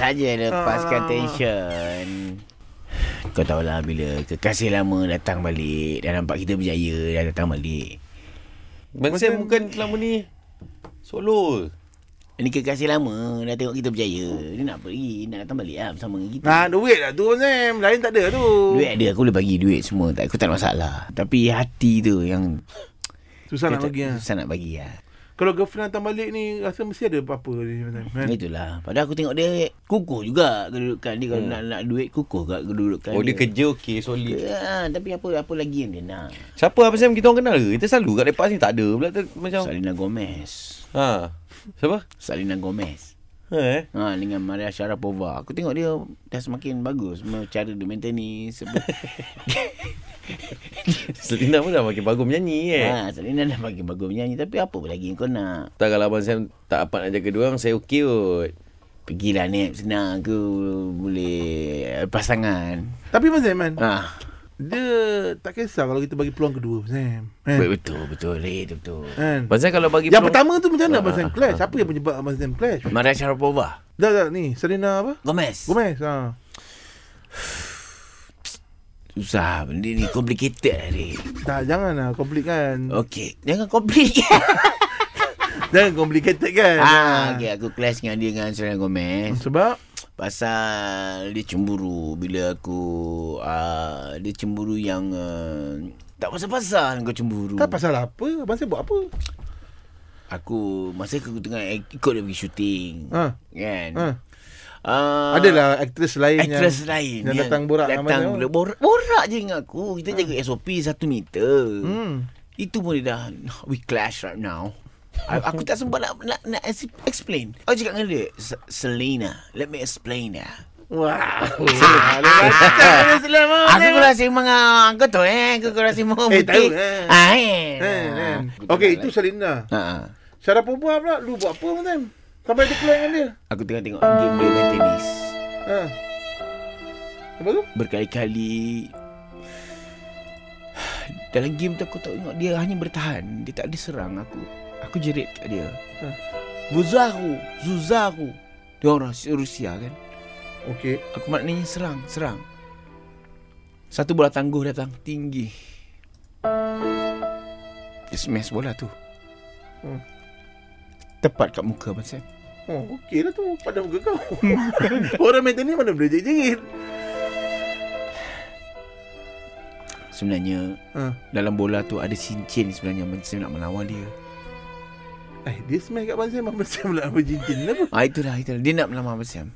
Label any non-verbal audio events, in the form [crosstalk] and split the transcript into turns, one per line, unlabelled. Tak
Ah.
je lepaskan tension Kau tahulah bila kekasih lama datang balik Dah nampak kita berjaya Dah datang balik
Bang Sam bukan selama ni solo.
Ini kekasih lama Dah tengok kita berjaya Dia nak pergi Nak datang balik lah bersama dengan kita
Nah, duit lah tu Sam. Lain tak ada tu.
Duit ada aku boleh bagi duit semua tak, Aku tak ada masalah Tapi hati tu yang
Susah nak bagi lah.
Susah nak bagi lah
Kalau girlfriend datang balik ni, rasa mesti ada apa-apa ni. Sam, Kan?
Itulah Padahal aku tengok dia Kukuh juga kedudukan Dia
Hmm.
kalau nak, nak duit Kukuh kat kedudukan
Oh dia kerja okey solid.
Ya, tapi apa apa lagi yang dia nak?
Siapa apa Sam kita orang kenal ke? Kita selalu kat lepas ni tak ada pula ter, macam.
Salina Gomez.
Ha. Siapa?
Salina Gomez.
Ha eh.
Ha, dengan Maria Sharapova. Aku tengok dia dah semakin bagus. Semua Cara dia main tenis. [laughs] Sebab,
[laughs] Selina pun dah makin bagus menyanyi eh. Ha.
ha, Salina dah makin bagus menyanyi. Tapi apa lagi yang kau nak?
Tak kalau Abang Sam tak dapat nak jaga dua orang, saya okey kot.
Pergilah Nip. Senang aku boleh lepas tangan.
Tapi Mas Sam, kan?
Ha.
Dia tak kisah kalau kita bagi peluang kedua, Sam. Kan?
Betul, betul. Eh, betul, betul.
Kan?
Abang Sam kalau bagi
Yang
peluang-
pertama tu macam mana Abang Sam clash? Apa yang penyebab Abang Sam clash?
Maria Sharapova.
Dah, dah ni. Serena apa?
Gomez.
Gomez. Ha.
Susah. Benda ni complicated lah ni.
Tak, jangan lah. Komplik kan.
Okey. Jangan complicated. [laughs]
Jangan complicated kan. Hmm,
ah, okay, aku clash dengan dia dengan Selena Gomez.
Sebab
Pasal dia cemburu bila aku uh, dia cemburu yang uh, tak pasal-pasal kau cemburu.
tak pasal apa. Abang Sam buat apa?
Aku masa aku tengah ik- ikut dia pergi syuting.
Ha.
Kan?
Ha.
Uh,
Adalah lah aktris lain
Aktres
yang,
lain
yang datang borak dengan Abang
datang
Sam.
borak, borak, borak je dengan aku Kita jaga SOP satu meter
Hmm.
Itu pun dia dah [laughs] We clash right now I- Aku tak sempat nak, nak, nak ex- explain Aku cakap dengan dia "Se- Selena Let me explain lah
Wah. Wow.
Aku kurang sembang ah. Kau tu eh Aku kurang sembang
Eh, tahu, eh.
ah, eh.
Okey, itu Selena.
ha, ha.
Syarah perempuan pula, lu buat apa Abang Sam? Sampai dia keluar dengan dia.
Aku tengah tengok game dia main tenis
Ha. Apa tu?
Berkali-kali Dalam game tu aku tak tengok Dia hanya bertahan Dia tak ada serang Aku Aku jerit kat dia
Ha.
Buzaru Zuzaru Dia orang Rus- Rusia kan
Okey.
Aku maknanya serang Serang Satu bola tangguh datang Tinggi Dia smash bola tu
Hmm.
Tepat kat muka Abang Sam
Oh, okey lah tu pada muka kau. Orang main tenis mana boleh jerit-jerit.
Sebenarnya
Ha.
Dalam bola tu ada cincin sebenarnya Abang Sam nak melawan dia
Eh, dia smash kat Abang Sam, Abang Sam pula apa cincin apa?
Ah itulah, itulah. Dia nak melawan Abang Sam